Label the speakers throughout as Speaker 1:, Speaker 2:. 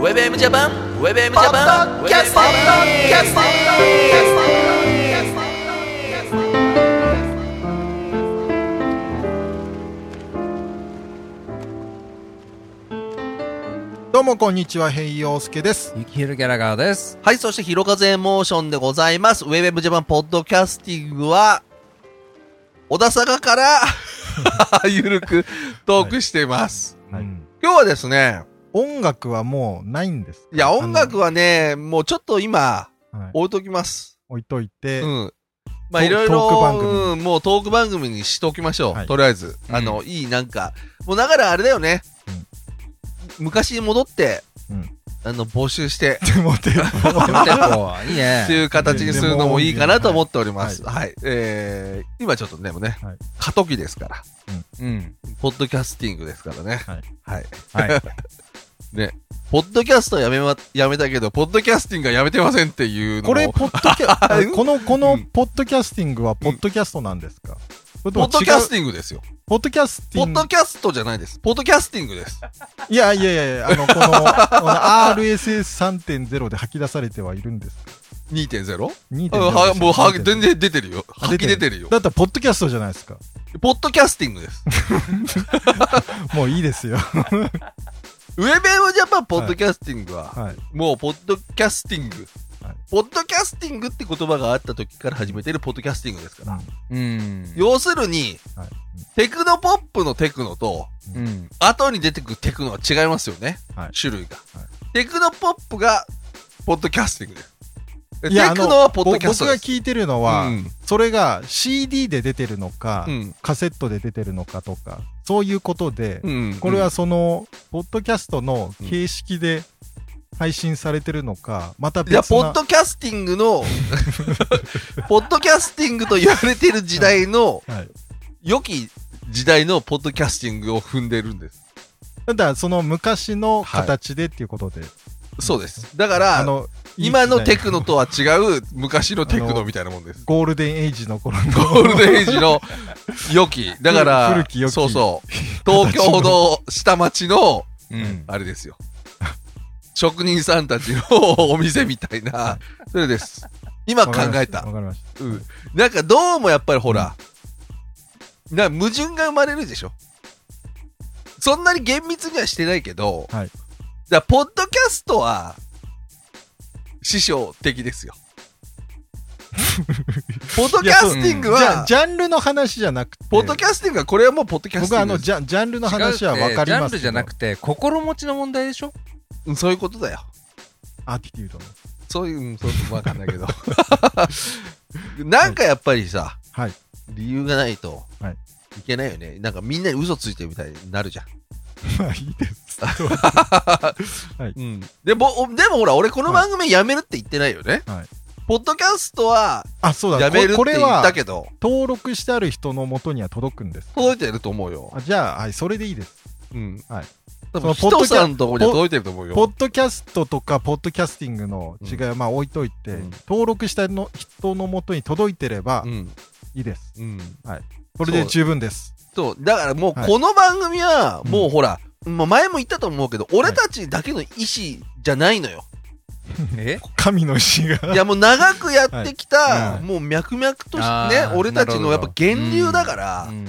Speaker 1: WebM ジャパン WebM ジャ
Speaker 2: ポッ
Speaker 1: パン
Speaker 2: ドキャスティング
Speaker 3: どうもこんにちは、平井陽介です。
Speaker 4: ゆきひろギャラガーです。
Speaker 1: はい、そして、ひろかぜエモーションでございます。ウェブエムジャパンポッドキャスティングは、小田坂から、 ゆるくトークしてます。
Speaker 3: はい
Speaker 4: うん
Speaker 1: 今日はですね、
Speaker 3: 音楽はもうないんです。
Speaker 1: いや、音楽はね、もうちょっと今、
Speaker 3: はい、
Speaker 1: 置いときます。
Speaker 3: 置いといて、
Speaker 1: うん。まあ、
Speaker 3: ト
Speaker 1: いろい
Speaker 3: トーク番
Speaker 1: ろ、
Speaker 3: 組
Speaker 1: うん、もうトーク番組にしておきましょう。
Speaker 3: はい
Speaker 1: とりあえず。あの、いい、なんか、もうだからあれだよね。昔に戻って、
Speaker 3: うん
Speaker 1: あの、募集して、
Speaker 3: でもでも
Speaker 4: テンポはいい
Speaker 1: って
Speaker 4: ね。
Speaker 1: いう形にするのもいいかなと思っております。はい。えー、今ちょっとでもね、
Speaker 3: はい
Speaker 1: 過渡期ですから、
Speaker 4: うん。
Speaker 1: ポッドキャスティングですからね。
Speaker 3: はい。
Speaker 1: はい。
Speaker 4: はい。
Speaker 1: ポッドキャストはやめま、やめたけど、ポッドキャスティングはやめてませんっていうのも
Speaker 3: これ、ポッド キャ
Speaker 1: うん
Speaker 3: この、こ
Speaker 1: う
Speaker 3: の
Speaker 1: ん、
Speaker 3: ポッドキャスティングは、ポッドキャストなんですか、それ
Speaker 1: ポ
Speaker 3: とも
Speaker 1: ッドキャス
Speaker 3: 違う
Speaker 1: ティングですよ。
Speaker 3: ポッドキャステ
Speaker 1: ポ
Speaker 3: ィ
Speaker 1: ッ
Speaker 3: ン
Speaker 1: ド
Speaker 3: グ。
Speaker 1: キャストじゃないです。ポッドキャスティングです。
Speaker 3: いやいやいやいや、あの、この、あの RSS3.0 で吐き出されてはいるんですか
Speaker 1: 2.0?
Speaker 3: 2.0
Speaker 1: うんはもうは、
Speaker 3: 3.0
Speaker 1: 全然出てるよ。
Speaker 3: あ
Speaker 1: 吐き出てるよ。
Speaker 3: だったら、ポッドキャストじゃないですか。
Speaker 1: ポッドキャスティングです。
Speaker 3: もういいです よ。
Speaker 1: ウェブエムジャパンポッドキャスティングは、
Speaker 3: はい。
Speaker 1: もう、ポッドキャスティング、
Speaker 3: はい
Speaker 1: ポッドキャスティングって言葉があった時から始めてるポッドキャスティングですから。
Speaker 4: うん。
Speaker 1: 要するに、
Speaker 3: はい
Speaker 1: テクノポップのテクノと、
Speaker 4: うん。
Speaker 1: 後に出てくるテクノは違いますよね。
Speaker 3: はい
Speaker 1: 種類が、
Speaker 3: は
Speaker 1: テクノポップが、ポッドキャスティングです。で
Speaker 3: いや
Speaker 1: テクノはポッドキャス
Speaker 3: 僕
Speaker 1: ト
Speaker 3: が
Speaker 1: です。
Speaker 3: 聞いてるのは、
Speaker 1: うん
Speaker 3: それが CD で出てるのか、
Speaker 1: うん
Speaker 3: カセットで出てるのかとか、そういうことで、
Speaker 1: うん
Speaker 3: これはその、ポッドキャストの形式で配信されてるのか、また
Speaker 1: いや、
Speaker 3: 別
Speaker 1: ポッ
Speaker 3: な
Speaker 1: ドキャスティング の、ポッドキャスティングと言われてる時代の、
Speaker 3: はい、
Speaker 1: 良き時代のポッドキャスティングを踏んでるんです。
Speaker 3: ただ、その昔の形でっていうことで、
Speaker 1: そうです。だから、
Speaker 3: あの、
Speaker 1: 今のテク
Speaker 3: いい時代
Speaker 1: ノとは違う昔のテクノみたいなもんです。
Speaker 3: ゴールデンエイジの頃の、
Speaker 1: ゴールデンエイジの良 き。だから、
Speaker 3: 古き良き
Speaker 1: そうそう。東京の下町の、
Speaker 4: うん。
Speaker 1: あれです よ。職人さんたちのお店みたいな、それです。今考えた
Speaker 3: わ。かりました。
Speaker 1: うん。なんかどうもやっぱりほら、な、矛盾が生まれるでしょ。そんなに厳密にはしてないけど、
Speaker 3: はい
Speaker 1: だからポッドキャストは、師匠的です よ。ポッドキャスティング
Speaker 3: じゃあ
Speaker 1: は、
Speaker 3: ジャンルの話じゃなくて、
Speaker 1: ポッドキャスティングは、これはもうポッドキャス
Speaker 3: 僕
Speaker 1: テ
Speaker 3: は
Speaker 1: ィ
Speaker 3: あ
Speaker 1: ング
Speaker 3: の
Speaker 1: で
Speaker 3: ジャンジャンルの話はわかり
Speaker 4: 違う
Speaker 3: ま
Speaker 4: ってジャン
Speaker 3: す
Speaker 4: ルじゃなくて、心持ちの問題でしょ
Speaker 1: す。うんそういうことだよ。
Speaker 3: アティテュードの。
Speaker 1: そういう、うんそうわかんないけど。なんかやっぱりさ、
Speaker 3: はい
Speaker 1: 理由がないと
Speaker 3: はい
Speaker 1: いけないよね。なんかみんなに嘘ついてるみたいになるじゃん。
Speaker 3: まあいいです。
Speaker 1: うん、でぼでもほら、俺この番組やめるって言ってないよね。
Speaker 3: はい
Speaker 1: ポッドキャストは
Speaker 3: あ、そうだ、
Speaker 1: やめるって
Speaker 3: ここれ
Speaker 1: 言
Speaker 3: は
Speaker 1: ったけど、
Speaker 3: 登録してある人の元には届くんです。
Speaker 1: 届いてると思うよ。
Speaker 3: あじゃあ、はい、それでいいです。
Speaker 1: うん。
Speaker 3: はい。
Speaker 1: 多分、
Speaker 3: そ
Speaker 1: ヒ
Speaker 3: のポ
Speaker 1: ト
Speaker 3: ッドキャ
Speaker 1: さんのところには届いてると思う
Speaker 3: ポ
Speaker 1: よ。
Speaker 3: ッドキャストとか、ポッドキャスティングの違いは、まあ置いといて、
Speaker 1: うん
Speaker 3: 登録したの人の元に届いてれば
Speaker 1: うん。
Speaker 3: いいです。
Speaker 1: うん。
Speaker 3: これで十分です。
Speaker 1: そう、だからもう
Speaker 3: はい
Speaker 1: この番組は、もうほら、もう前も言ったと思うけど、
Speaker 3: い
Speaker 1: 俺たちだけの意思じゃないのよ。
Speaker 4: え
Speaker 3: 神の石が。
Speaker 1: いやもう長くやってきた、
Speaker 3: はい
Speaker 1: もう脈々とし
Speaker 4: あ
Speaker 1: てね
Speaker 4: ー、
Speaker 1: 俺たちのやっぱ源流だか
Speaker 4: う
Speaker 1: ら、
Speaker 4: ん。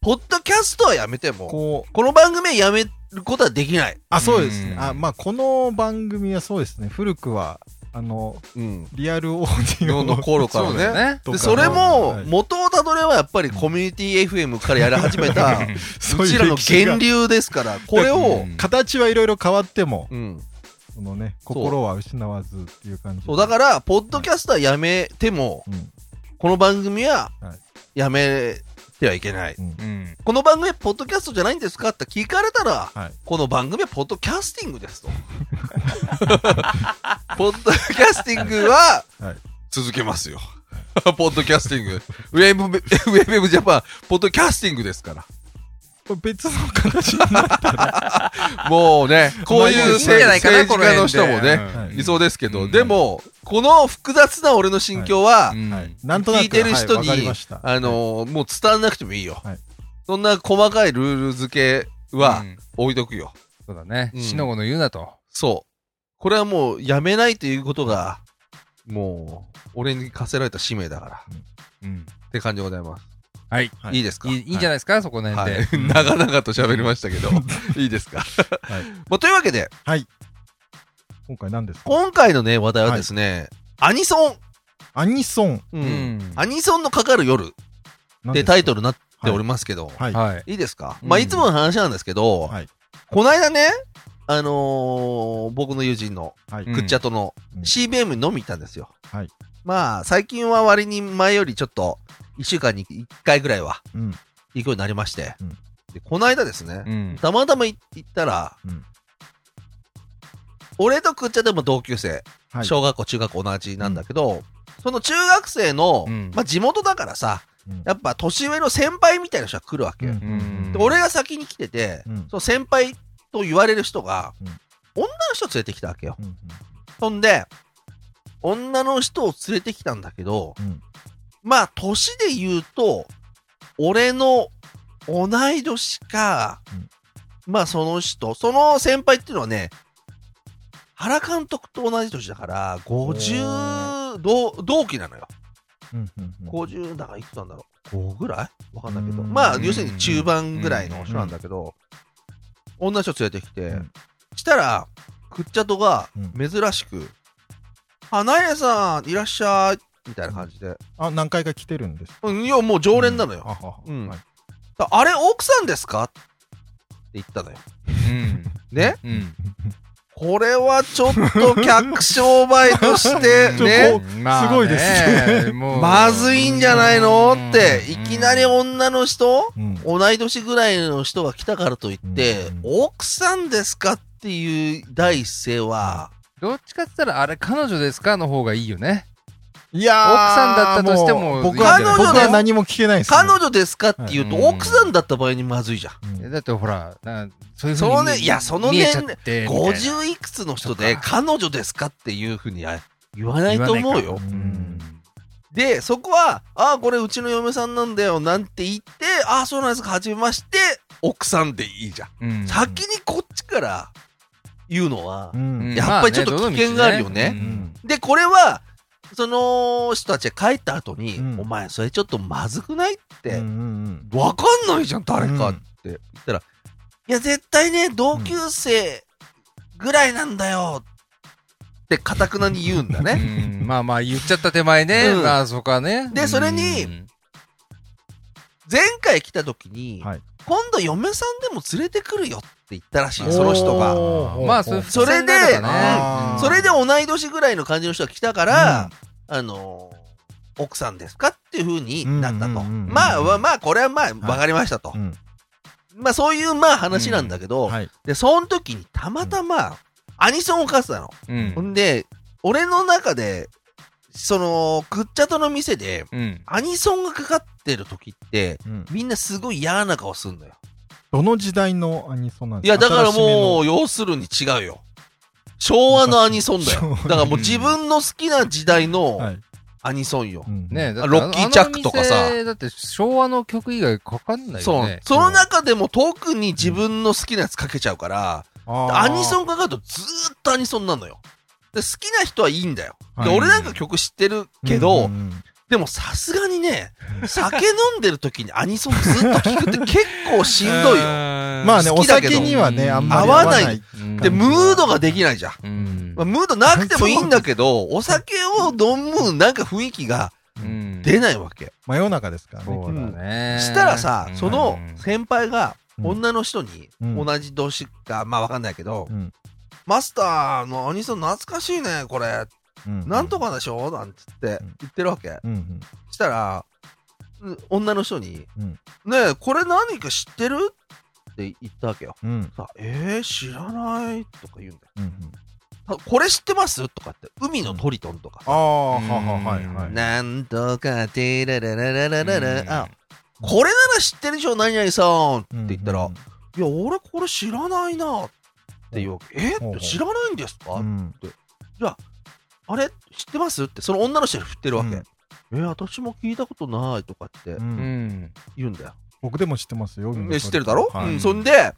Speaker 1: ポッドキャストはやめても、
Speaker 3: こう、
Speaker 1: この番組はやめることはできない。
Speaker 3: あ、そうですね
Speaker 4: う。ん
Speaker 3: あ、まあこの番組はそうですね。古くは、あの、
Speaker 1: うん。
Speaker 3: リアルオーディ
Speaker 1: の
Speaker 3: オ
Speaker 1: の頃か
Speaker 4: そうだ
Speaker 1: ら
Speaker 4: よ
Speaker 1: ね。
Speaker 4: ね。
Speaker 3: と
Speaker 1: で
Speaker 3: か
Speaker 1: それも
Speaker 3: はい
Speaker 1: 元をたどればやっぱりコミュニティ FM からやり始めた
Speaker 3: そう
Speaker 1: う
Speaker 3: い
Speaker 1: ち
Speaker 3: う
Speaker 1: らの
Speaker 3: 歴史が
Speaker 1: 源流ですからこれを
Speaker 4: う、ん
Speaker 3: 形はいろいろ変わっても、
Speaker 1: うん、
Speaker 3: そのね、
Speaker 1: そう
Speaker 3: 心は失わずっていう感じ。
Speaker 1: そうだからポッドキャストはやめても
Speaker 3: ら、うん、
Speaker 1: この番組は
Speaker 3: はい
Speaker 1: やめてはいけない
Speaker 3: うん
Speaker 4: う。ん。
Speaker 1: この番組はポッドキャストじゃないんですかって聞かれたら、
Speaker 3: はい
Speaker 1: この番組はポッドキャスティング ですとポッドキャスティングは
Speaker 3: はい
Speaker 1: 続けますよポッドキャスティングウェブウェブウェブジャパンポッドキャスティングですから
Speaker 3: これ別の形になる。
Speaker 1: もうね、こういう
Speaker 4: いいんじゃないかな、
Speaker 1: 政
Speaker 4: こ
Speaker 1: 治
Speaker 4: の辺
Speaker 1: 家
Speaker 4: で
Speaker 1: の人もね、
Speaker 3: はい
Speaker 1: いそうですけど、
Speaker 4: うん
Speaker 1: でも、この複雑な俺の心境は
Speaker 4: う、ん。
Speaker 3: はい
Speaker 4: うん
Speaker 3: なんとなく
Speaker 1: 聞いてる人
Speaker 3: はい
Speaker 1: に
Speaker 3: わかりました、
Speaker 1: あのー、もう伝わんなくてもいいよ
Speaker 3: はい。
Speaker 1: そんな細かいルール付けは
Speaker 4: うん
Speaker 1: 置いとくよ。
Speaker 4: そうだね。
Speaker 1: うん
Speaker 4: しのごの言うなと。
Speaker 1: そこれはもうやめないということが、もう、俺に課せられた使命だから。
Speaker 4: うん。
Speaker 1: って感じでございます。、
Speaker 4: はい。
Speaker 3: はいい
Speaker 1: いですか
Speaker 4: いいいいんじゃないですか、そこの
Speaker 1: は
Speaker 4: 辺
Speaker 1: い
Speaker 4: で。、
Speaker 1: 長々と喋りましたけど、 いいですか、
Speaker 3: い
Speaker 1: まあ、というわけで、
Speaker 3: はい。今回何ですか
Speaker 1: 今回のね、話題はですね、アニソン、
Speaker 3: アニソン。
Speaker 1: う
Speaker 4: うんん。
Speaker 1: アニソンのかかる夜
Speaker 3: 何
Speaker 1: で
Speaker 3: ですか
Speaker 1: タイトルになっておりますけど、
Speaker 3: はい。はい。
Speaker 4: はい。
Speaker 1: い、いですか、
Speaker 4: うん
Speaker 1: まあ、いつもの話なんですけど、
Speaker 3: はい
Speaker 1: こないだね、あのー僕の友人の
Speaker 3: はい。
Speaker 4: うん
Speaker 1: くっちゃとの
Speaker 3: うん
Speaker 1: CBM に飲み行ったんですよ。
Speaker 3: はい
Speaker 1: まあ、最近は割に前よりちょっと、1週間に1回ぐらいは
Speaker 3: うん。
Speaker 1: 行くようになりまして、
Speaker 3: うん
Speaker 1: でこないだですね、
Speaker 4: うん。
Speaker 1: たまたま行ったら、
Speaker 3: うん
Speaker 1: 俺とくっちゃでも同級生、
Speaker 3: はい。
Speaker 1: 小学校中学校同じなんだけど、その中学生の、
Speaker 4: うん
Speaker 1: まあ、地元だからさ
Speaker 3: うん
Speaker 1: やっぱ年上の先輩みたいな人が来るわけ、
Speaker 3: うん
Speaker 4: うん
Speaker 1: で俺が先に来てて、
Speaker 3: うん
Speaker 1: その先輩と言われる人が、
Speaker 3: うん
Speaker 1: 女の人連れてきたわけよ
Speaker 3: うんうん
Speaker 1: そんで女の人を連れてきたんだけど
Speaker 3: うん
Speaker 1: まあ年で言うと俺の同い年か、まあその人その先輩っていうのはね原監督と同じ年だから50同同期なのよ
Speaker 3: うんうんうん
Speaker 1: 50だからいくつなんだろう5ぐらいわかんないけど
Speaker 3: うん
Speaker 1: まあ要するに中盤ぐらいの人なんだけど女の人連れてきて、
Speaker 3: うん
Speaker 1: したらくっちゃとが珍しく「あナイレさんいらっしゃい」みたいな感じで、
Speaker 3: あ、何回か来てるんです。
Speaker 1: うん、いやもう常連なのよ、
Speaker 3: あはは
Speaker 1: うん
Speaker 3: はい
Speaker 1: ああれ奥さんですかって言ったのよ
Speaker 4: うん。
Speaker 1: ね
Speaker 4: うん。
Speaker 1: これはちょっと客商売として
Speaker 3: ちょ
Speaker 1: ね
Speaker 3: こ
Speaker 4: まあ
Speaker 3: すごいです
Speaker 4: ね。もう
Speaker 1: まずいんじゃないのっていきなり
Speaker 4: うん
Speaker 1: 女の人
Speaker 3: うん
Speaker 1: 同い年ぐらいの人が来たからといって、
Speaker 3: うん
Speaker 1: 奥さんですかっていう第一声は、
Speaker 4: どっちかって言ったら、あれ、彼女ですかの方がいいよね。
Speaker 3: いやー
Speaker 4: 奥さんだったとしても
Speaker 3: う僕は、
Speaker 1: いいんじゃない
Speaker 3: 僕は何も聞けないですね。
Speaker 1: 彼女ですかっていうと、
Speaker 4: はい
Speaker 1: 奥さんだった場合にまずいじゃん。
Speaker 3: うん
Speaker 4: だってほら、なんかそういうふう
Speaker 1: そう
Speaker 4: に
Speaker 1: ね
Speaker 4: 見
Speaker 1: いやそのね
Speaker 4: 見えちゃってみたいな
Speaker 1: 50いくつの人で
Speaker 4: そっ
Speaker 1: 彼女ですかっていうふうには言わないと思うよ
Speaker 3: か。
Speaker 4: ん
Speaker 1: で、そこは、ああ、これうちの嫁さんなんだよなんて言って、ああ、そうなんですか、はじめまして、奥さんでいいじゃん。
Speaker 4: うん
Speaker 1: 先にこっちから言うのは
Speaker 3: う、
Speaker 4: うん
Speaker 3: ん。
Speaker 1: やっぱりちょっと
Speaker 4: まあね
Speaker 1: 危険があるよね
Speaker 4: どの道うん
Speaker 1: で、これは、その人たちが帰った後に、
Speaker 3: うん
Speaker 1: お前、それちょっとまずくないって、
Speaker 3: うんうん
Speaker 1: わかんないじゃん、誰かって言ったら、いや、絶対ね、同級生ぐらいなんだよって、かたくなに言うんだね。
Speaker 4: うんまあまあ言っちゃった手前ね。
Speaker 1: うん
Speaker 4: まあそこはね。
Speaker 1: でそれに
Speaker 4: うん
Speaker 1: 前回来た時に、
Speaker 3: はい
Speaker 1: 今度嫁さんでも連れてくるよって言ったらしいの、その人が。
Speaker 3: おー
Speaker 4: まあそ
Speaker 3: お
Speaker 4: れ
Speaker 3: ー
Speaker 1: それで
Speaker 4: 伏線だ
Speaker 3: あー
Speaker 4: ね
Speaker 1: それで同い年ぐらいの感じの人が来たから、あのー奥さんですかっていうふうになったと。
Speaker 3: うんうんうんうん
Speaker 1: まあ、まあ、これはまあ、わかりましたと。
Speaker 3: うん
Speaker 1: まあ、そういうまあ話なんだけど、
Speaker 3: はい。
Speaker 1: で、その時にたまたま、アニソンをかってたの。
Speaker 4: うん
Speaker 1: ほんで、俺の中で、その、くっちゃとの店で、
Speaker 4: うん。
Speaker 1: アニソンがかかってる時って、
Speaker 3: うん
Speaker 1: みんなすごい嫌な顔すんのよ。
Speaker 3: どの時代のアニソンなん
Speaker 1: い
Speaker 3: です
Speaker 1: や、
Speaker 3: か
Speaker 1: だからもう、要するに違うよ。昭和のアニソンだよ。だからもう自分の好きな時代
Speaker 3: う
Speaker 1: の
Speaker 3: はい。
Speaker 1: アニソンよ。
Speaker 3: うん
Speaker 4: ねだって
Speaker 1: ロッキーチャックとかさ
Speaker 4: あの店だって昭和の曲以外かかんない
Speaker 1: そ
Speaker 4: よ
Speaker 1: う
Speaker 4: ね。。
Speaker 1: その中でも特に自分の好きなやつかけちゃうから、アニソ
Speaker 3: ン
Speaker 1: ンかかるとずーっとアニソンなのよ。で、好きな人はいいんだよ。で、
Speaker 4: はい
Speaker 1: 俺なんか曲知ってるけど、でもさすがにね、酒飲んでる時にアニソンずっと聴くって結構しんどいよ。
Speaker 3: ま
Speaker 4: ま
Speaker 3: あね、
Speaker 1: 好
Speaker 3: お
Speaker 1: きだけど
Speaker 3: 酒にはね、あんまり
Speaker 1: 合わない
Speaker 3: い。
Speaker 1: で、ムードができないじゃん。
Speaker 4: うん
Speaker 1: まあ、ムードなくてもいいんだけど、お酒を飲むなんか雰囲気が
Speaker 4: うん
Speaker 1: 出ないわけ。
Speaker 3: 真夜中ですからね。
Speaker 4: そうだね。
Speaker 1: したらさ
Speaker 4: う、ん
Speaker 1: その先輩が
Speaker 3: うん
Speaker 1: 女の人に
Speaker 3: うん
Speaker 1: 同じ年か、まあわかんないけど
Speaker 3: う、ん
Speaker 1: マスターのアニソン懐かしいね、これ。
Speaker 3: うん
Speaker 1: なんとかでしょなんつって
Speaker 3: うん
Speaker 1: 言ってるわけ。
Speaker 3: うんうん
Speaker 1: したら、うん女の人に、
Speaker 3: うん
Speaker 1: ねえ、これ何か知ってるって言ったわけよ。
Speaker 3: うん
Speaker 1: さえー、知らないとか言うんだよ
Speaker 3: うんうん。
Speaker 1: あ。これ知ってますとかって、海のトリトンとか
Speaker 3: あ
Speaker 1: さ。
Speaker 3: あ、はははいはい。
Speaker 1: なんとか、てららららららら、あ、
Speaker 3: うん
Speaker 1: これなら知ってるでしょ、何々さんって言ったら、
Speaker 3: うん
Speaker 1: いや、俺これ知らないなって言うわけ。え
Speaker 3: ほうほう
Speaker 1: 知らないんですか、
Speaker 3: うん
Speaker 1: あれ知ってますって、その女の人に振ってるわけ。
Speaker 3: うん
Speaker 1: えー私も聞いたことないとかって
Speaker 3: う
Speaker 4: うんん。
Speaker 1: 言うんだよ。
Speaker 3: 僕でも知ってますよ。
Speaker 1: え知ってるだろ、
Speaker 3: は
Speaker 1: う
Speaker 3: い
Speaker 1: ん、そんで、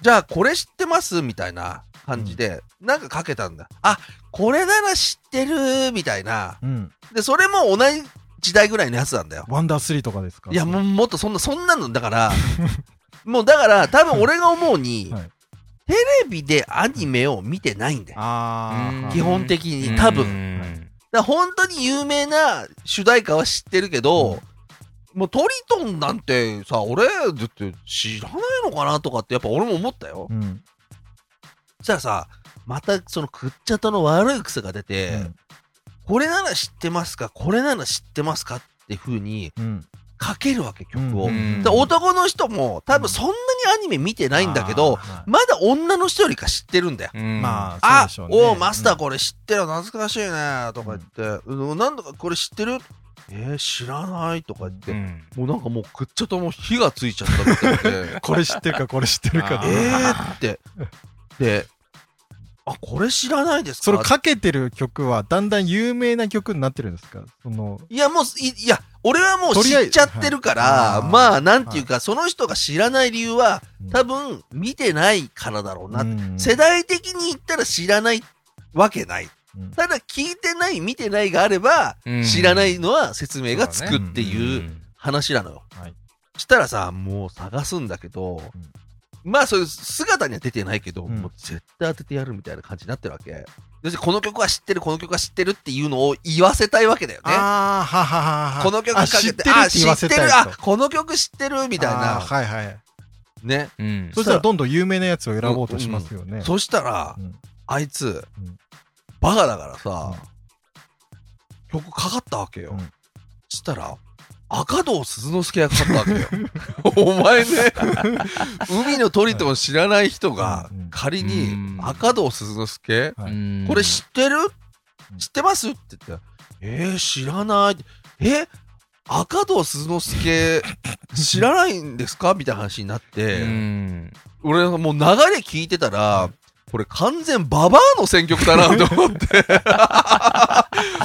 Speaker 1: じゃあこれ知ってますみたいな感じで、なんかかけたんだ。あ、これなら知ってる、みたいな。
Speaker 3: うん。
Speaker 1: で、それも同じ時代ぐらいのやつなんだよ。
Speaker 3: ワンダースリーとかですか
Speaker 1: いや、もうもっとそんな、そんなの、だから、 もうだから、多分俺が思うに、
Speaker 3: はい
Speaker 1: テレビでアニメを見てないんだよ。
Speaker 3: あ
Speaker 4: うん
Speaker 3: あ。
Speaker 1: 基本的
Speaker 4: う
Speaker 1: に、
Speaker 4: ん
Speaker 1: 多分。
Speaker 4: うん
Speaker 1: だから本当に有名な主題歌は知ってるけど、もうトリトンなんてさ、俺、だって知らないのかなとかって、やっぱ俺も思ったよ。
Speaker 3: うん。
Speaker 1: そしたらさ、またそのくっちゃとの悪い癖が出て、これなら知ってますかこれなら知ってますかって風に
Speaker 3: うん。
Speaker 1: かけるわけ、曲を。
Speaker 3: うん
Speaker 1: だから男の人も多分そんなにアニメ見てないんだけど、まだ女の人よりか知ってるんだよ。
Speaker 4: うん
Speaker 3: まあ、
Speaker 1: あ、
Speaker 3: そうでしょうね、
Speaker 1: おうマスターこれ知ってる懐かしいねとか言って、うん、何度かこれ知ってるえー、知らないとか言って、
Speaker 4: うん
Speaker 1: もうなんかもうくっちゃともう火がついちゃったみたいで
Speaker 3: これ知ってるか、これ知ってるか
Speaker 4: あ
Speaker 1: え
Speaker 4: ー
Speaker 3: で。
Speaker 1: ーって、で、あ、これ知らないですか
Speaker 3: それかけてる曲は、だんだん有名な曲になってるんですかその、
Speaker 1: いや、もう、いいや、俺はもう
Speaker 3: とり
Speaker 1: 知
Speaker 3: あえ
Speaker 1: っ
Speaker 3: ず
Speaker 1: ちゃってるから、
Speaker 3: はいあー
Speaker 1: まあ、なんていうか、その人が知らない理由は、多分、見てないからだろうな。
Speaker 3: うん
Speaker 1: 世代的に言ったら知らないわけない。
Speaker 3: うん
Speaker 1: ただ、聞いてない、見てないがあれば、
Speaker 4: うん
Speaker 1: 知らないのは説明がつ
Speaker 4: そ
Speaker 1: く
Speaker 4: う
Speaker 1: っ
Speaker 4: だ
Speaker 1: ていう話なのよ。
Speaker 3: はい
Speaker 1: したらさ、もう探すんだけど、まあ、そういう姿には出てないけど、
Speaker 3: うん
Speaker 1: もう絶対当ててやるみたいな感じになってるわけ。要するにこの曲は知ってる、この曲は知ってるっていうのを言わせたいわけだよね。
Speaker 3: ああ、はははは。
Speaker 1: この曲か
Speaker 3: あ
Speaker 1: け
Speaker 3: 知ってて、る
Speaker 1: あ、
Speaker 3: って
Speaker 1: 知
Speaker 3: 言わせ
Speaker 1: って
Speaker 3: たい
Speaker 1: る、
Speaker 3: と
Speaker 1: あ、この曲知ってる、みたい
Speaker 3: あー
Speaker 1: な。
Speaker 3: はいはい。
Speaker 1: ね。
Speaker 4: うん
Speaker 3: そしたらどんどん有名なやつを選ぼうとしますよね。
Speaker 1: そしたら
Speaker 3: う、ん
Speaker 1: あいつ
Speaker 3: うん、
Speaker 1: バカだからさ、曲かかったわけ
Speaker 3: う
Speaker 1: よ
Speaker 3: ん。
Speaker 1: そしたら、赤堂鈴之助がかかったわけよ。 お前ね、海の鳥とも知らない人が
Speaker 3: うん、
Speaker 1: 仮に
Speaker 4: うん、
Speaker 1: 赤堂鈴之助、
Speaker 3: はい
Speaker 4: うん
Speaker 1: これ知ってる
Speaker 3: うん
Speaker 1: 知ってますって言ったら、えー、知らない。え赤堂鈴之助、知らないんですかみたいな話になっ
Speaker 4: う
Speaker 1: て、
Speaker 4: ん
Speaker 1: 俺なんかもう流れ聞いてたら、これ完全ババアの選曲だなと思っ て。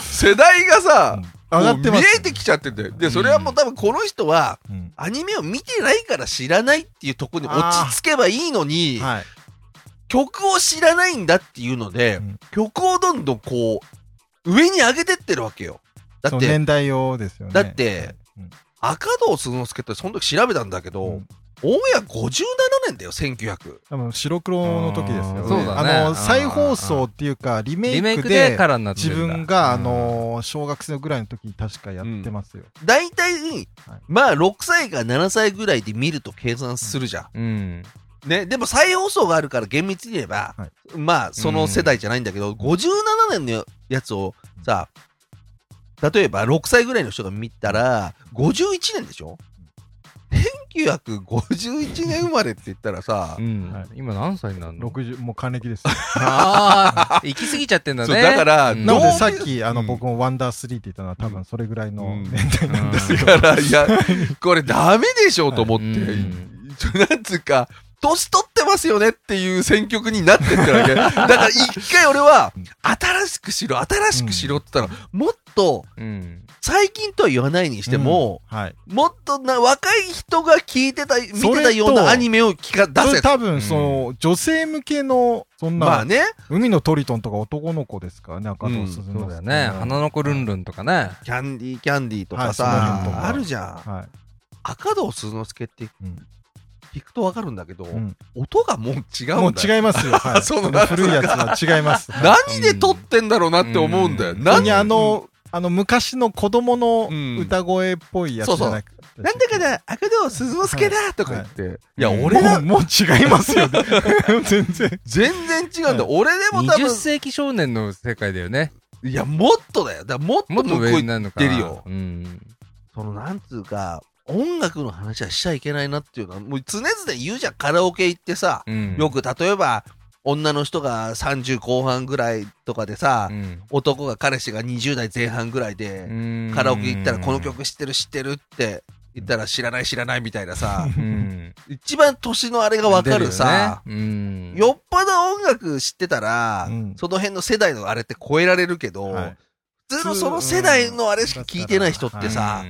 Speaker 1: 世代がさ、
Speaker 3: うん上が
Speaker 1: も
Speaker 3: っ
Speaker 1: う
Speaker 3: て
Speaker 1: 見
Speaker 3: ます。
Speaker 1: えてきちゃってて。で、それはもう多分この人は、
Speaker 3: うん
Speaker 1: アニメを見てないから知らないっていうところに落ち着けばいいのに、
Speaker 3: はい。
Speaker 1: 曲を知らないんだっていうので、
Speaker 3: うん
Speaker 1: 曲をどんどんこう、上に上げてってるわけよ。だ
Speaker 3: そ
Speaker 1: っ
Speaker 3: の
Speaker 1: て、
Speaker 3: 年代用ですよね。
Speaker 1: だって
Speaker 3: うん、
Speaker 1: 赤堂鈴之助ってその時調べたんだけど、
Speaker 3: うん
Speaker 1: オンエア57年だよ、1900。
Speaker 3: 多分白黒の時ですよ
Speaker 4: あ
Speaker 3: ね。
Speaker 4: ーそうだね
Speaker 3: あ
Speaker 4: うん
Speaker 3: の、再放送っていうか、リメ
Speaker 4: リメイ
Speaker 3: イ
Speaker 4: ク
Speaker 3: ク
Speaker 4: で
Speaker 3: で、
Speaker 4: カラーになって
Speaker 3: 自
Speaker 4: るんだ
Speaker 3: 分が、あのー、小学生ぐらいの時に確かやってますよ。
Speaker 1: 大体
Speaker 3: はい、
Speaker 1: まあ6歳か7歳ぐらいで見ると計算するじゃ
Speaker 4: うん
Speaker 1: ん。ね、でも再放送があるから厳密に言えば、
Speaker 3: は
Speaker 1: まあその世代じゃないんだけど、57年のやつをさ、例えば6歳ぐらいの人が見たら、51年でしょ ?1951 年生まれって言ったらさ
Speaker 4: う、ん
Speaker 3: はい
Speaker 4: 今何歳になるの
Speaker 3: 60、もう還暦 です。
Speaker 4: ああ行き過ぎちゃってんだ
Speaker 1: そう
Speaker 4: ね
Speaker 1: だから
Speaker 4: うん
Speaker 3: なの
Speaker 1: ど
Speaker 3: で
Speaker 1: う
Speaker 3: さっき、あの、
Speaker 1: うん
Speaker 3: 僕もワンダースリーって言ったのは多分それぐらいの
Speaker 1: うん
Speaker 3: 年代なんですよ。
Speaker 1: だから、いや、これダメでしょうと思って、
Speaker 4: はいうん
Speaker 1: なんつうか、年取ってますよねっていう選曲になってってるわけ。だから一回俺は、新しくしろ、新しくしろって言ったら、もっと、
Speaker 4: うん
Speaker 1: 最近とは言わないにしても、
Speaker 3: うん、はい。
Speaker 1: もっとな若い人が聞いてた、見て
Speaker 3: それ
Speaker 1: た
Speaker 3: と
Speaker 1: ようなアニメを聞か
Speaker 3: そ
Speaker 1: 出
Speaker 3: れ
Speaker 1: せ。
Speaker 3: 多分、その、女性向けの、そんな、
Speaker 1: まあね、
Speaker 3: 海のトリトンとか男の子ですからね、赤
Speaker 1: う
Speaker 3: と
Speaker 1: ん
Speaker 3: 鈴
Speaker 4: そ
Speaker 3: の
Speaker 4: うだよね花の子ルンルンとかね
Speaker 1: キャンディーキャンディーとかさ、
Speaker 3: はい
Speaker 4: その辺とか
Speaker 1: あるじゃん。
Speaker 3: はい。
Speaker 1: 赤堂鈴之助って
Speaker 3: うん
Speaker 1: 聞くとわかるんだけど、
Speaker 3: うん
Speaker 1: 音がもう違うんだよ。
Speaker 3: もう違いま すよ。はい。
Speaker 1: そうなんだ
Speaker 3: あの古いやつは違います。
Speaker 1: 何で撮ってんだろうなって思うんだよ。
Speaker 4: うん
Speaker 1: な
Speaker 3: 本当
Speaker 1: ん
Speaker 3: にあの、あの、昔の子供の
Speaker 1: うん
Speaker 3: 歌声っぽいやつじゃなくて。
Speaker 1: なんだかな、赤堂鈴之助だとか言って。いや、
Speaker 4: うん
Speaker 1: 俺ら、
Speaker 3: もうもう違いますよね。 全然。
Speaker 1: 全然違うんだ。俺でも多
Speaker 4: 20
Speaker 1: 分、
Speaker 4: 世紀少年の世界だよね
Speaker 1: いや、もっとだよ。だからもっと
Speaker 4: もっ
Speaker 1: 向ことう
Speaker 4: 上
Speaker 1: 行
Speaker 4: に
Speaker 1: っ
Speaker 4: なるのかな
Speaker 1: 向こう行っ
Speaker 4: うん
Speaker 1: その、なんつうか、音楽の話はしちゃいけないなっていうのは、もう常々言うじゃん。カラオケ行ってさ、
Speaker 4: うん
Speaker 1: よく例えば、女の人が30後半ぐらいとかでさ、
Speaker 4: うん
Speaker 1: 男が彼氏が20代前半ぐらいで、カラオケ行ったらこの曲知ってる知ってるって言ったら知らない知らないみたいなさ、
Speaker 4: うん
Speaker 1: 一番年のあれがわかるさ、
Speaker 4: 出るよねうん
Speaker 1: よっぽど音楽知ってたら、
Speaker 3: うん
Speaker 1: その辺の世代のあれって超えられるけど、
Speaker 3: はい
Speaker 1: 普通のその世代のあれしか聞いてない人ってさ、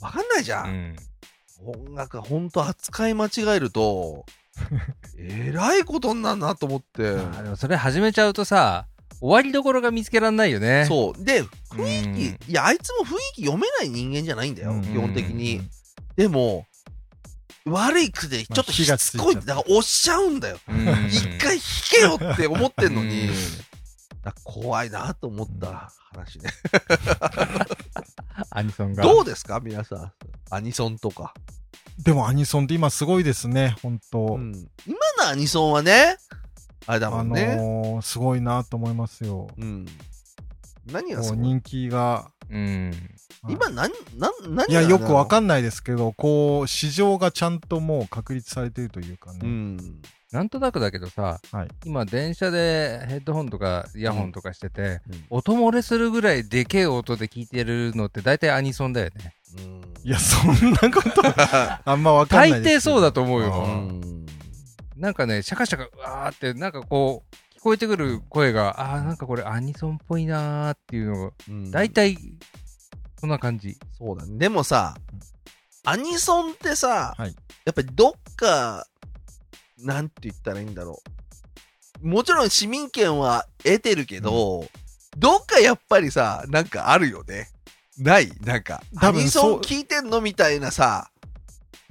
Speaker 1: わかんないじゃ。
Speaker 4: うんん
Speaker 1: 音楽はほんと扱い間違えると、えらいことになるなと思って。
Speaker 4: あーでもそれ始めちゃうとさ、終わりどころが見つけらんないよね。
Speaker 1: そう。で、雰
Speaker 4: 雰
Speaker 1: 囲気、いや、あいつも雰囲気読めない人間じゃないんだよ、
Speaker 3: うん
Speaker 1: 基本的に。でも、悪いくで、ちょっと
Speaker 3: まあ
Speaker 1: し
Speaker 3: 火が
Speaker 1: つこい、
Speaker 3: ついち
Speaker 1: だ
Speaker 3: ゃった
Speaker 1: から押しちゃうんだよ。
Speaker 4: うん
Speaker 1: 一回引けよって思ってんのに
Speaker 4: うん、
Speaker 1: だから怖いなと思った話ね。
Speaker 4: アニソンが。
Speaker 1: どうですか、皆さん。アニソンとか。
Speaker 3: でもアニソンって今すごいですね、本当、
Speaker 1: うん今のアニソンはね、あれだも
Speaker 3: あ
Speaker 1: ん
Speaker 3: の
Speaker 1: ね。
Speaker 3: ーすごいなと思いますよ。
Speaker 1: うん何が
Speaker 3: こ
Speaker 1: そうう
Speaker 3: 人気が。
Speaker 4: うん。
Speaker 1: 今何、何、何
Speaker 3: いや、よくわ
Speaker 1: ん
Speaker 3: かんないですけど、こう、市場がちゃんともう確立されてるというかね。
Speaker 1: うん。
Speaker 4: なんとなくだけどさ、
Speaker 3: はい
Speaker 4: 今電車でヘッドホンとかイヤホンとかしてて、
Speaker 1: うん
Speaker 4: 音漏れするぐらいでけえ音で聞いてるのって大体アニソンだよね。
Speaker 1: うん
Speaker 3: いや、そんなこと、あんまわかんな
Speaker 4: 大
Speaker 3: いですけ
Speaker 4: 抵そ
Speaker 3: ど。
Speaker 4: うだと思う
Speaker 3: あ
Speaker 1: う
Speaker 3: ー
Speaker 4: よ。
Speaker 1: ん
Speaker 4: なんかね、シャカシャカ、うわーって、なんかこう、聞こえてくる声が、あーなんかこれアニソンっぽいなーっていうのが、
Speaker 1: うん
Speaker 4: 大体、そんな感じ。
Speaker 1: そうだね。でもさ
Speaker 3: うん、
Speaker 1: アニソンってさ、
Speaker 3: はい
Speaker 1: やっぱりどっか、なんて言ったらいいんだろう。もちろん市民権は得てるけど、どっかやっぱりさ、なんかあるよね。ないなんか、ア
Speaker 3: 多分
Speaker 1: ニソ
Speaker 3: そ
Speaker 1: ン
Speaker 3: う
Speaker 1: 聞いてんのみたいなさ、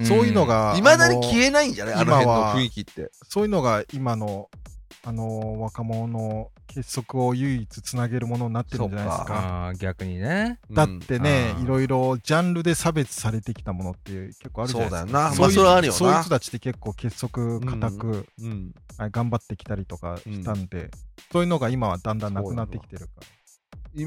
Speaker 3: そういうの
Speaker 4: ん、
Speaker 3: が、
Speaker 1: いまだに
Speaker 3: え
Speaker 1: 消えないんじゃないあの
Speaker 3: 今
Speaker 1: 辺の
Speaker 3: は
Speaker 1: 雰囲気って。
Speaker 3: そういうのが今の、あのー若者の結束を唯一つなげるものになってるんじゃないです
Speaker 1: そう
Speaker 3: か。
Speaker 4: あー逆にね。
Speaker 3: だってね、
Speaker 4: うん
Speaker 3: いろいろジャンルで差別されてきたものって結構あるじゃないですか。
Speaker 1: そうだよな
Speaker 3: そういう
Speaker 1: まあそれはあるよな
Speaker 3: そういう人たちって結構結束固く、
Speaker 1: うん、うん
Speaker 3: あ頑張ってきたりとかしたんで、そういうのが今はだんだんなくなってきてるから。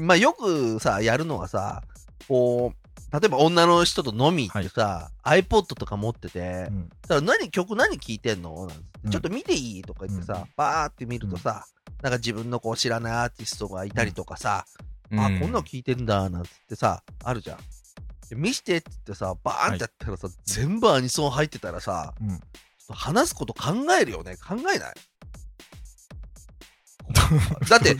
Speaker 1: まあよくさ、やるのはさ、こう、例えば女の人と飲み行ってさ、iPod とか持ってて、
Speaker 3: うん
Speaker 1: だから何曲何聴いてんのなんつって
Speaker 3: うん
Speaker 1: ちょっと見ていいとか言ってさ、
Speaker 3: うん
Speaker 1: バーって見るとさ、なんか自分のこう知らないアーティストがいたりとかさ、あ、こんなの聴いてんだ、なんつってさ、あるじゃん。で見してっつってさ、バーンってやったらさ、全部アニソン入ってたらさ、
Speaker 3: うん
Speaker 1: ちょっと話すこと考えるよね。考えないだって、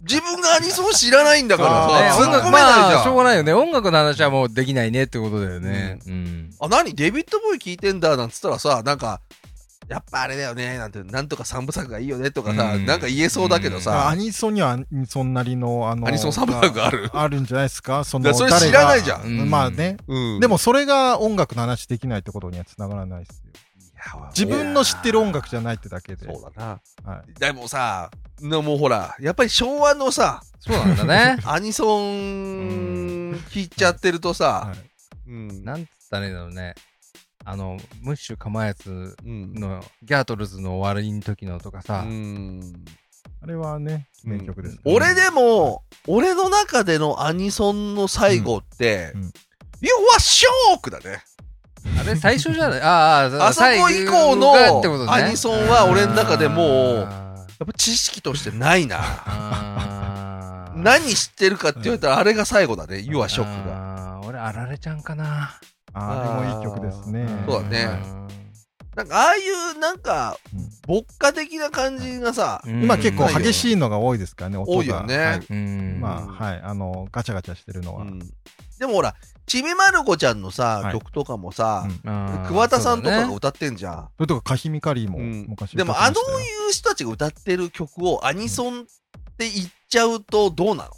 Speaker 1: 自分がアニソン知らないんだから
Speaker 4: ね
Speaker 1: さ、
Speaker 3: あ
Speaker 1: 突
Speaker 3: ー
Speaker 1: っ
Speaker 4: 音
Speaker 1: 込
Speaker 4: 楽
Speaker 1: めないじ
Speaker 4: ま
Speaker 1: ゃ。
Speaker 4: あ、しょうんがないよね。音楽の話はもうできないねってことだよね。うん。
Speaker 1: あ、何デビッド・ボーイ聞いてんだなんつったらさ、なんか、やっぱあれだよね、なんて、なんとか三部作がいいよねとかさ、
Speaker 4: うん
Speaker 1: なんか言えそうだけど
Speaker 3: だからア
Speaker 1: さ、
Speaker 3: ニソンにはアニソンなりの、あのー
Speaker 1: アニソンサブタイトルがある
Speaker 3: あるんじゃないですか。その
Speaker 1: だからそれ
Speaker 3: 誰
Speaker 1: 知
Speaker 3: が
Speaker 1: らないじゃん。
Speaker 4: うん
Speaker 3: まあね。
Speaker 1: うん。
Speaker 3: でも、それが音楽の話できないってことにはつながらないですよ。自分の知ってる音楽じゃないってだけで。
Speaker 1: そうだな。
Speaker 3: は
Speaker 1: でもさ、なもうほら、やっぱり昭和のさ、。
Speaker 4: そうなんだね
Speaker 1: アニソン聞いちゃってると
Speaker 3: い。は
Speaker 1: さ
Speaker 3: い、
Speaker 1: うん。
Speaker 4: なんつったらいいんだろうね。あの、ムッシュかまやつ
Speaker 1: うん
Speaker 4: の、ギャートルズの終わりの時のとかさ
Speaker 1: う、ん
Speaker 3: あれはね、名曲です、ね
Speaker 1: うん俺でも、俺の中でのアニソンの最後って、
Speaker 3: うんうん
Speaker 1: You are shock だね。
Speaker 4: あれ最初じゃないああ、
Speaker 1: あそこ以降
Speaker 4: 最後がってこ
Speaker 1: の
Speaker 4: とね
Speaker 1: アニソンは俺の中でもう、や
Speaker 4: あ
Speaker 1: っぱ知識としてないな。
Speaker 4: ーあー
Speaker 1: 何知ってるかって言われたらあれが最後だね。You are shock が。
Speaker 4: あー俺、あられちゃんかな。
Speaker 3: ああ、でもいい曲ですね。
Speaker 1: そうだね
Speaker 4: ん。
Speaker 1: なんかああいうなんか、
Speaker 3: うん
Speaker 1: 牧歌的な感じがさ、
Speaker 4: うん
Speaker 3: 今結構
Speaker 1: ないよ
Speaker 3: 激しいのが多いですからね、音が。
Speaker 1: 多いよね
Speaker 3: は
Speaker 4: う
Speaker 3: い
Speaker 4: ん。
Speaker 3: ま
Speaker 1: う
Speaker 3: あ、
Speaker 1: ん
Speaker 3: はい。あの、ガチャガチャしてるのは。
Speaker 1: うんでもほら、ちびまる子ちゃんのさ、
Speaker 3: はい
Speaker 1: 曲とかもさ
Speaker 3: う、ん
Speaker 4: あー
Speaker 1: 桑田さんとかが
Speaker 4: そう
Speaker 1: 歌ってんじゃん。
Speaker 3: それとか、カヒミカリーも
Speaker 1: うん
Speaker 3: 昔
Speaker 1: で
Speaker 3: 歌ってま
Speaker 1: も
Speaker 3: した
Speaker 1: あ
Speaker 3: よ
Speaker 1: のいう人たちが歌ってる曲をアニソンって言っちゃうとどうなの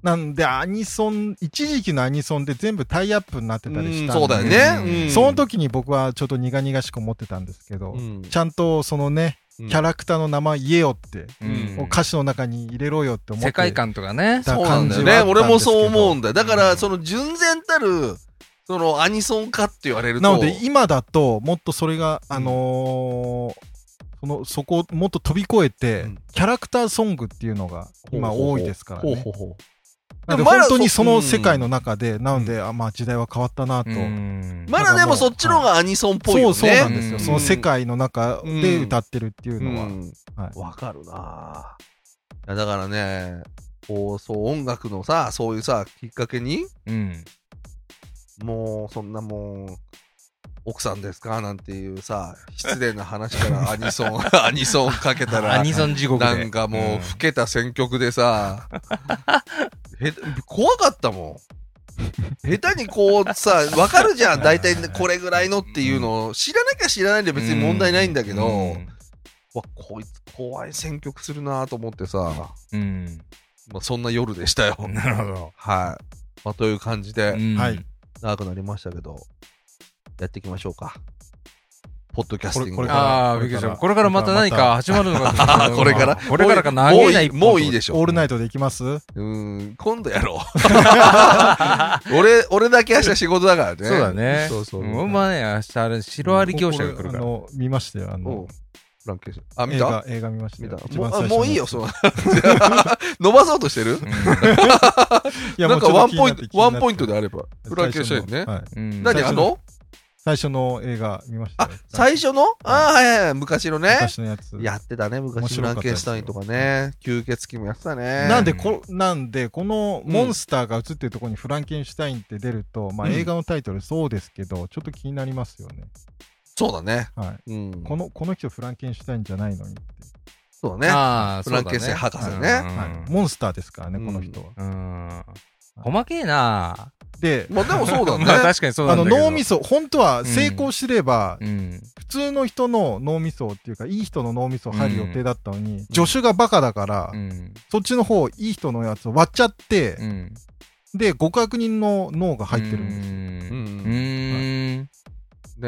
Speaker 3: なんで、アニソン、一時期のアニソンで全部タイアップになってたりしたんで。
Speaker 1: そうだよね。うん
Speaker 3: その時に僕はちょっと苦々しく思ってたんですけど、
Speaker 1: うん
Speaker 3: ちゃんとそのね、キャラクターの名前言えよって、
Speaker 4: ね
Speaker 1: うん
Speaker 3: 歌詞の中に入れろよって思って。
Speaker 4: 世界観とかね。
Speaker 3: た
Speaker 1: そうなん
Speaker 3: 感
Speaker 1: だ
Speaker 3: じ
Speaker 1: よ
Speaker 3: はあ
Speaker 1: ね。
Speaker 3: ったんですけど
Speaker 1: 俺もそう思うんだよ。だから、
Speaker 4: うん
Speaker 1: その純然たる、そのアニソンかって言われると。
Speaker 3: なので今だともっとそれが、
Speaker 1: うん
Speaker 3: あのーそのそこをもっと飛び越えて、
Speaker 1: うん
Speaker 3: キャラクターソングっていうのが今多いですからね。
Speaker 1: ほうほうほ
Speaker 3: な
Speaker 1: で
Speaker 3: ので
Speaker 1: もまだ
Speaker 3: 本当に
Speaker 1: そ
Speaker 3: そうの世界の中で、なので、あまあ時代は変わったなと。
Speaker 4: うん
Speaker 1: うまだでもそっちの方がアニソンっぽい
Speaker 3: そ
Speaker 1: よ
Speaker 3: う
Speaker 1: ね。
Speaker 3: そうなんですよ、
Speaker 4: うん
Speaker 3: その世界の中で
Speaker 1: うん
Speaker 3: 歌ってるっていうのは、
Speaker 1: うん
Speaker 3: はい
Speaker 1: わかるなぁいやだからね、こう、そう、音楽のさ、そういうさ、きっかけに、
Speaker 4: うん。
Speaker 1: もう、そんなもう、奥さんですかなんていうさ、失礼な話からアニソン、 アニソンかけたら。
Speaker 4: アニソン地獄で。
Speaker 1: なんかもう、
Speaker 4: ん
Speaker 1: 老けた選曲でさ、へ怖かったも下手にこうさ、わかるじゃん。大体ねこれぐらいのっていうのを知らなきゃ知らないで別に問題ないんだけど、
Speaker 4: うん
Speaker 1: わ、こいつ怖い選曲するなと思ってさ、
Speaker 4: うん、
Speaker 1: まあ、そんな夜でしたよ。
Speaker 4: なるほど、
Speaker 1: はい。まあ、という感じ
Speaker 4: う
Speaker 1: で、
Speaker 4: ん
Speaker 3: はい
Speaker 1: 長くなりましたけど、やっていきましょうか。ポッドキャスティング。
Speaker 3: これ
Speaker 4: ああ
Speaker 3: こ
Speaker 4: びっ
Speaker 3: れか
Speaker 4: くり
Speaker 3: ら
Speaker 4: したこれからまた何か始まるのかと思った
Speaker 1: これから
Speaker 4: これからかな
Speaker 1: もういい、もういいでし
Speaker 3: オ
Speaker 1: ょ。
Speaker 3: ールナイトでいきます
Speaker 1: うーん、今度やろう。 俺、俺だけ明日仕事だからね。
Speaker 4: そうだね
Speaker 1: そうそう。
Speaker 4: うん、まあね明日あれシロアリ業者が来るから
Speaker 3: ここあの見ましたよ。あ
Speaker 1: おう
Speaker 3: の
Speaker 1: ランケーション。あ、見
Speaker 3: 映
Speaker 1: た
Speaker 3: 画映画見ました
Speaker 1: 見
Speaker 3: よ
Speaker 1: た。
Speaker 3: 一
Speaker 1: もう
Speaker 3: 番最
Speaker 1: あ
Speaker 3: 初の
Speaker 1: もういいよ、その。 伸ばそうとしてる
Speaker 3: いや
Speaker 1: な
Speaker 3: も
Speaker 1: んか
Speaker 3: うちょ
Speaker 1: ワ
Speaker 3: っ
Speaker 1: ン
Speaker 3: と気に
Speaker 1: ポイ
Speaker 3: なっ
Speaker 1: ント、
Speaker 3: て気にな
Speaker 1: ワ
Speaker 3: って
Speaker 1: ンポイントであれば。フランケンシュタインね。
Speaker 3: はい
Speaker 4: うん うん
Speaker 1: 何
Speaker 3: 最
Speaker 1: あ
Speaker 3: 初の
Speaker 1: の
Speaker 3: 最初の映画見ましたよ。
Speaker 1: 最初のああ、はいはいはい、昔のね。
Speaker 3: 昔のやつ。
Speaker 1: やってたね、
Speaker 3: 面
Speaker 1: 昔フ
Speaker 3: 白
Speaker 1: ラ
Speaker 3: か
Speaker 1: ン
Speaker 3: った
Speaker 1: ケ
Speaker 3: で
Speaker 1: ンシュ
Speaker 3: す
Speaker 1: タ
Speaker 3: よ
Speaker 1: インとかね。吸血鬼もやってたね。
Speaker 3: なんでこ、なんで、このモンスターが映ってるところにフランケンシュタインって出ると、まあ
Speaker 1: うん
Speaker 3: 映画のタイトルそうですけど、ちょっと気になりますよね。
Speaker 1: そうだね。
Speaker 3: はい。
Speaker 1: うん。
Speaker 3: この、この人フランケンシュタインじゃないのにって。
Speaker 1: そうだね。
Speaker 4: ああ
Speaker 1: フランケンシュタイン博士ね
Speaker 3: はい。モンスターですからね、この人は。
Speaker 4: うん、うん、細けえな
Speaker 3: で、
Speaker 1: まあでもそうだ
Speaker 4: まあ
Speaker 1: ね。
Speaker 4: 確かにそうな
Speaker 3: あ
Speaker 4: んだ
Speaker 3: の
Speaker 4: けど
Speaker 3: 脳みそ、本当は成功すれば
Speaker 4: う、ん
Speaker 3: 普通の人の脳みそっていうか、いい人の脳みそ入る予定だったのに、助手がバカだから
Speaker 4: う、ん
Speaker 3: そっちの方、いい人のやつを割っちゃって、
Speaker 4: うん
Speaker 3: で、極悪人の脳が入ってるんです
Speaker 1: う。
Speaker 3: よ。
Speaker 4: うんうんん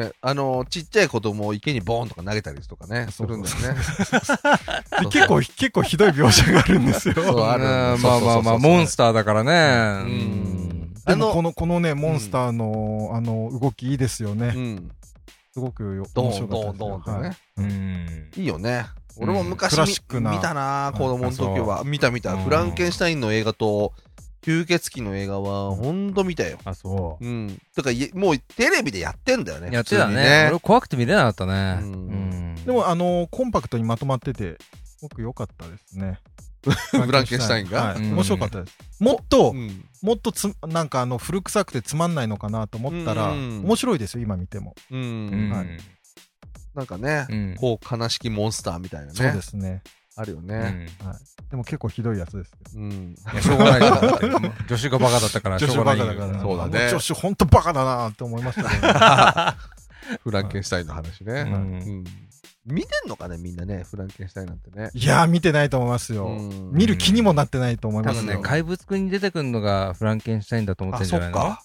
Speaker 1: ね、あの、ちっちゃい子供を池にボーンとか投げたりとかね、す
Speaker 3: そう
Speaker 1: るんだよね。
Speaker 3: で結構、結構ひどい描写があるんです よ。
Speaker 1: そうある
Speaker 4: うんまあまあまあモンスターだからね
Speaker 1: う
Speaker 4: うん
Speaker 1: ん
Speaker 3: で
Speaker 1: あ
Speaker 3: もこ
Speaker 1: の、
Speaker 3: の、このね、モンスターの、あの、動きいいですよね
Speaker 1: う。ん。
Speaker 3: すごくよ
Speaker 1: ド
Speaker 3: 面
Speaker 1: ー
Speaker 3: 白
Speaker 1: ン、
Speaker 3: かっ
Speaker 1: ドーン、
Speaker 3: たですよ
Speaker 1: ドーンって
Speaker 3: は
Speaker 1: ね
Speaker 3: い。
Speaker 4: うん
Speaker 1: いいよね。俺も昔
Speaker 3: うんクラシック
Speaker 1: 見
Speaker 3: な
Speaker 1: 見たな、子供の時は。見た見た。
Speaker 4: うん
Speaker 1: フランケンシュタインの映画と、吸血鬼の映画は、ほんと見たよ。
Speaker 4: あそ
Speaker 1: うん。とか、いもうテレビでやってんだよね。
Speaker 4: やってた
Speaker 1: 普
Speaker 4: ね
Speaker 1: 通にね
Speaker 4: 俺怖くて見れなかったね
Speaker 1: うん
Speaker 4: うん
Speaker 3: でも、あの、コンパクトにまとまってて、すごく良かったです ね。
Speaker 1: フランケンシュタインが
Speaker 3: はい
Speaker 4: うん
Speaker 3: 面白かったです。もっと
Speaker 1: う、ん
Speaker 3: もっとつ、なんかあの、古臭くてつまんないのかなと思ったら、
Speaker 1: うん
Speaker 3: 面白いですよ、今見ても。
Speaker 1: う。
Speaker 4: うんん
Speaker 3: はい
Speaker 1: なんかね
Speaker 4: う、ん
Speaker 1: こう、悲しきモンスターみたいな
Speaker 3: そう
Speaker 1: ね
Speaker 3: で。すね。
Speaker 1: あるよ
Speaker 4: う
Speaker 1: ね。
Speaker 4: ん
Speaker 3: でも結構ひどいやつです。
Speaker 1: うん。
Speaker 4: いやしょうがないよだって女子がバカだったからし
Speaker 3: 女
Speaker 4: ょ
Speaker 3: 子
Speaker 4: う
Speaker 3: バ
Speaker 4: が
Speaker 3: カ
Speaker 4: ない
Speaker 3: だから。
Speaker 1: そうだね
Speaker 3: あの女子ほんとバカだなって思いましたけどね
Speaker 1: フランケンシュタインの話
Speaker 4: う
Speaker 1: ね。うんん見てんのかね、みんなね、フランケンシュタインなんてね。
Speaker 3: いやー、見てないと思いますよ。
Speaker 1: うん
Speaker 3: 見る気にもなってないと思い
Speaker 4: 多
Speaker 3: ます
Speaker 4: 分
Speaker 3: よ。
Speaker 4: ね怪物くんに出てくるのがフランケンシュタインだと思っ
Speaker 1: あ、
Speaker 4: てんじ
Speaker 1: そ
Speaker 4: ゃな
Speaker 1: っ
Speaker 4: いの
Speaker 1: か。
Speaker 3: はい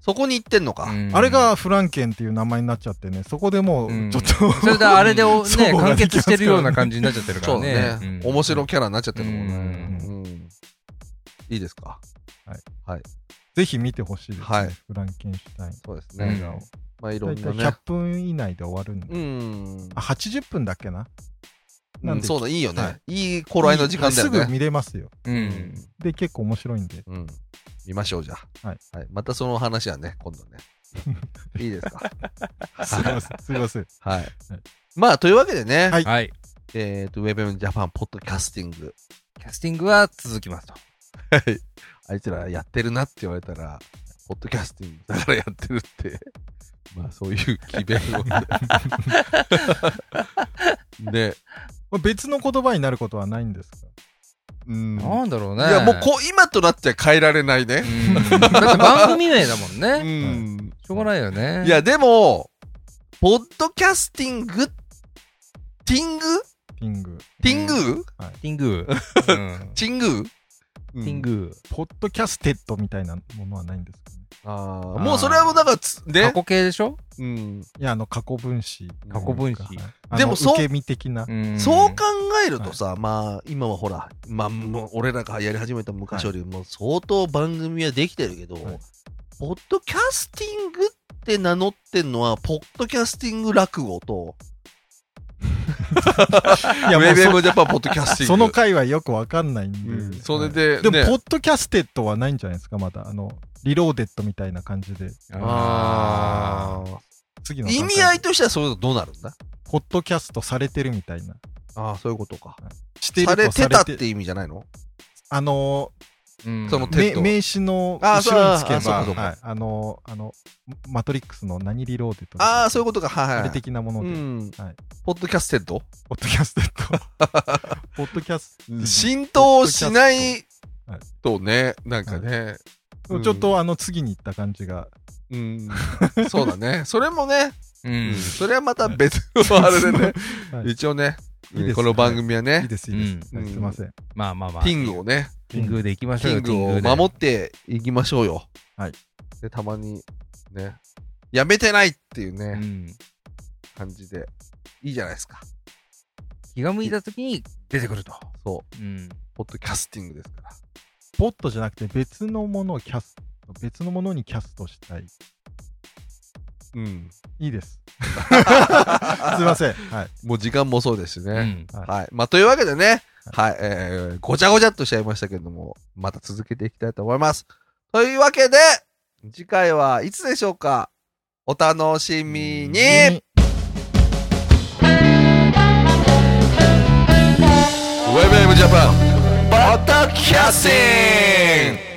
Speaker 1: そこに行ってんのか。
Speaker 4: うん
Speaker 3: あれがフランケンっていう名前になっちゃってね、そこでも
Speaker 4: うん
Speaker 3: うちょっと、
Speaker 4: それであれでお
Speaker 3: そう
Speaker 4: ね
Speaker 3: なんで
Speaker 4: 完
Speaker 3: すよ
Speaker 4: 結してるような感じになっちゃってるか
Speaker 1: そ
Speaker 4: ら
Speaker 1: うだ
Speaker 4: ね
Speaker 1: ね。
Speaker 4: うん
Speaker 1: 面白キャラになっちゃってるもんね。
Speaker 3: う
Speaker 1: うんいいですか
Speaker 3: ぜひ見てほしいです、ね
Speaker 1: はい
Speaker 3: フランケンシュタイン。
Speaker 1: そうです
Speaker 4: うん
Speaker 1: ね。まあいろん
Speaker 3: 大
Speaker 1: な
Speaker 3: 体
Speaker 1: ね
Speaker 3: 100。分以内で終わるんで。
Speaker 1: うん
Speaker 3: あ、。80分だっけな
Speaker 1: う
Speaker 3: なん
Speaker 1: ん
Speaker 3: で
Speaker 1: そうだ、いいよ
Speaker 3: は
Speaker 1: ね。いい頃合いの時間だよ
Speaker 3: すぐ
Speaker 1: ね。
Speaker 3: 見れますよ。
Speaker 4: う
Speaker 1: うんん
Speaker 3: で、結構面白 いんで。
Speaker 1: うん。見ましょう、じゃあ。
Speaker 3: はい。
Speaker 1: またその話はね、今度 ね。いいですか。
Speaker 3: すいません、すいません。
Speaker 1: はい。まあ、というわけでね、
Speaker 3: はい
Speaker 4: はい
Speaker 1: えっと、ウェブムジャパンポッドキャスティング、
Speaker 4: キャスティングは続きますと
Speaker 1: あいつらやってるなって言われたら、ポッドキャスティングだからやってるって、 まあ、そういう機弁 を。で、
Speaker 3: まあ別の言葉になることはないんですか
Speaker 1: うん。
Speaker 4: なんだろうね
Speaker 1: いや、もうこう、今となっては変えられないね。
Speaker 4: うんだって番組名だもん
Speaker 1: う
Speaker 4: ね
Speaker 1: ん。
Speaker 4: しょうがないよね
Speaker 1: いや、でも、ポッドキャスティング、ティング
Speaker 3: ピング。
Speaker 1: ティング
Speaker 4: ティングー、うん
Speaker 1: チングテ
Speaker 4: ティングー
Speaker 3: ポッドキャステッドみたいなものはないんですかね
Speaker 1: あーもうそれはもうだからつ、
Speaker 4: 過
Speaker 1: ね。
Speaker 4: 去形でしょ
Speaker 1: うん。
Speaker 3: いや、あの、過去分子。
Speaker 4: 過去分子
Speaker 3: で
Speaker 1: で
Speaker 3: も、
Speaker 1: もそう
Speaker 3: 受け身的な。
Speaker 4: ん
Speaker 1: そう考えるとさ、まあ、今はほら、まあ、もう俺らがやり始めた昔よりも相当番組はできてるけど、
Speaker 3: はい
Speaker 1: ポッドキャスティングって名乗ってんのは、ポッドキャスティング落語と、
Speaker 3: いや、
Speaker 1: ウ
Speaker 3: も
Speaker 1: ェ
Speaker 3: う
Speaker 1: ブ
Speaker 3: そ
Speaker 1: エムジャパンポッドキャスティング。
Speaker 3: その回はよくわかんないんで。
Speaker 1: うんそれ
Speaker 3: はい
Speaker 1: で、
Speaker 3: でも、
Speaker 1: ね
Speaker 3: ポッドキャステッドはないんじゃないですか、まだ。あの、リローデッドみたいな感じで。
Speaker 4: あ
Speaker 1: あー
Speaker 3: 次の
Speaker 1: 意味合いとしてはそれどうなるんだ
Speaker 3: ポッドキャストされてるみたいな。
Speaker 1: ああ、そういうことか。
Speaker 3: してる
Speaker 1: さ
Speaker 3: と
Speaker 1: れてたっ
Speaker 3: され
Speaker 1: て意味じゃないの
Speaker 3: あの
Speaker 4: ーうん
Speaker 1: その
Speaker 3: ー、め
Speaker 1: テッド
Speaker 3: 名詞の
Speaker 1: あー
Speaker 3: 後ろにつけ
Speaker 1: そうあー
Speaker 3: ば、
Speaker 1: そうかそうか
Speaker 3: はいあのー、あの、マトリックスの何リローデッド
Speaker 1: ああ、そういう
Speaker 3: こ
Speaker 1: ことか。はい
Speaker 3: とあ
Speaker 1: は
Speaker 3: れ
Speaker 1: い。
Speaker 3: 的なもの
Speaker 1: う
Speaker 3: で、
Speaker 1: ん
Speaker 3: はい。
Speaker 1: ポッドキャステッド
Speaker 3: ポッドキャス テッド。ポッドキャステッド。
Speaker 1: 浸透しない
Speaker 3: はい
Speaker 1: とね、なんかね、うん
Speaker 3: ちょっとあの次に行った感じが。
Speaker 1: うん、そうだね。それもね、
Speaker 4: う
Speaker 1: うん
Speaker 4: ん。
Speaker 1: それはまた別のあれでね、
Speaker 3: は い
Speaker 1: 一応ね、
Speaker 3: いいです
Speaker 1: この番組はい
Speaker 3: い
Speaker 1: ね、
Speaker 3: です、いいです。
Speaker 1: うん
Speaker 3: はいすいません。
Speaker 4: まあまあまあ。
Speaker 1: キングをね、
Speaker 4: キングで行きましょう
Speaker 1: キ
Speaker 4: よ。
Speaker 1: ングを
Speaker 4: で
Speaker 1: 守っていきましょうよ。
Speaker 3: はい。
Speaker 1: で、たまに、ね、やめてないっていう
Speaker 4: う
Speaker 1: ね、
Speaker 4: ん。
Speaker 1: 感じで、いいじゃないですか。
Speaker 4: 気が向いた時に出てくると。
Speaker 1: そう、
Speaker 4: うん。
Speaker 1: ポッドキャスティングですから。
Speaker 3: ポットじゃなくて別のものをキャスト、別のものにキャストしたい。
Speaker 1: うん。
Speaker 3: いいです。すいません。はい。
Speaker 1: もう時間もそうですし
Speaker 4: う
Speaker 1: ね。
Speaker 4: ん。
Speaker 3: うん
Speaker 1: はい。まあ、というわけでね、はい、えー、ごちゃごちゃっとしちゃいましたけども、また続けていきたいと思います。というわけで、次回はいつでしょうかお楽しみにウェブウェブジャパン、ポッドキャスティング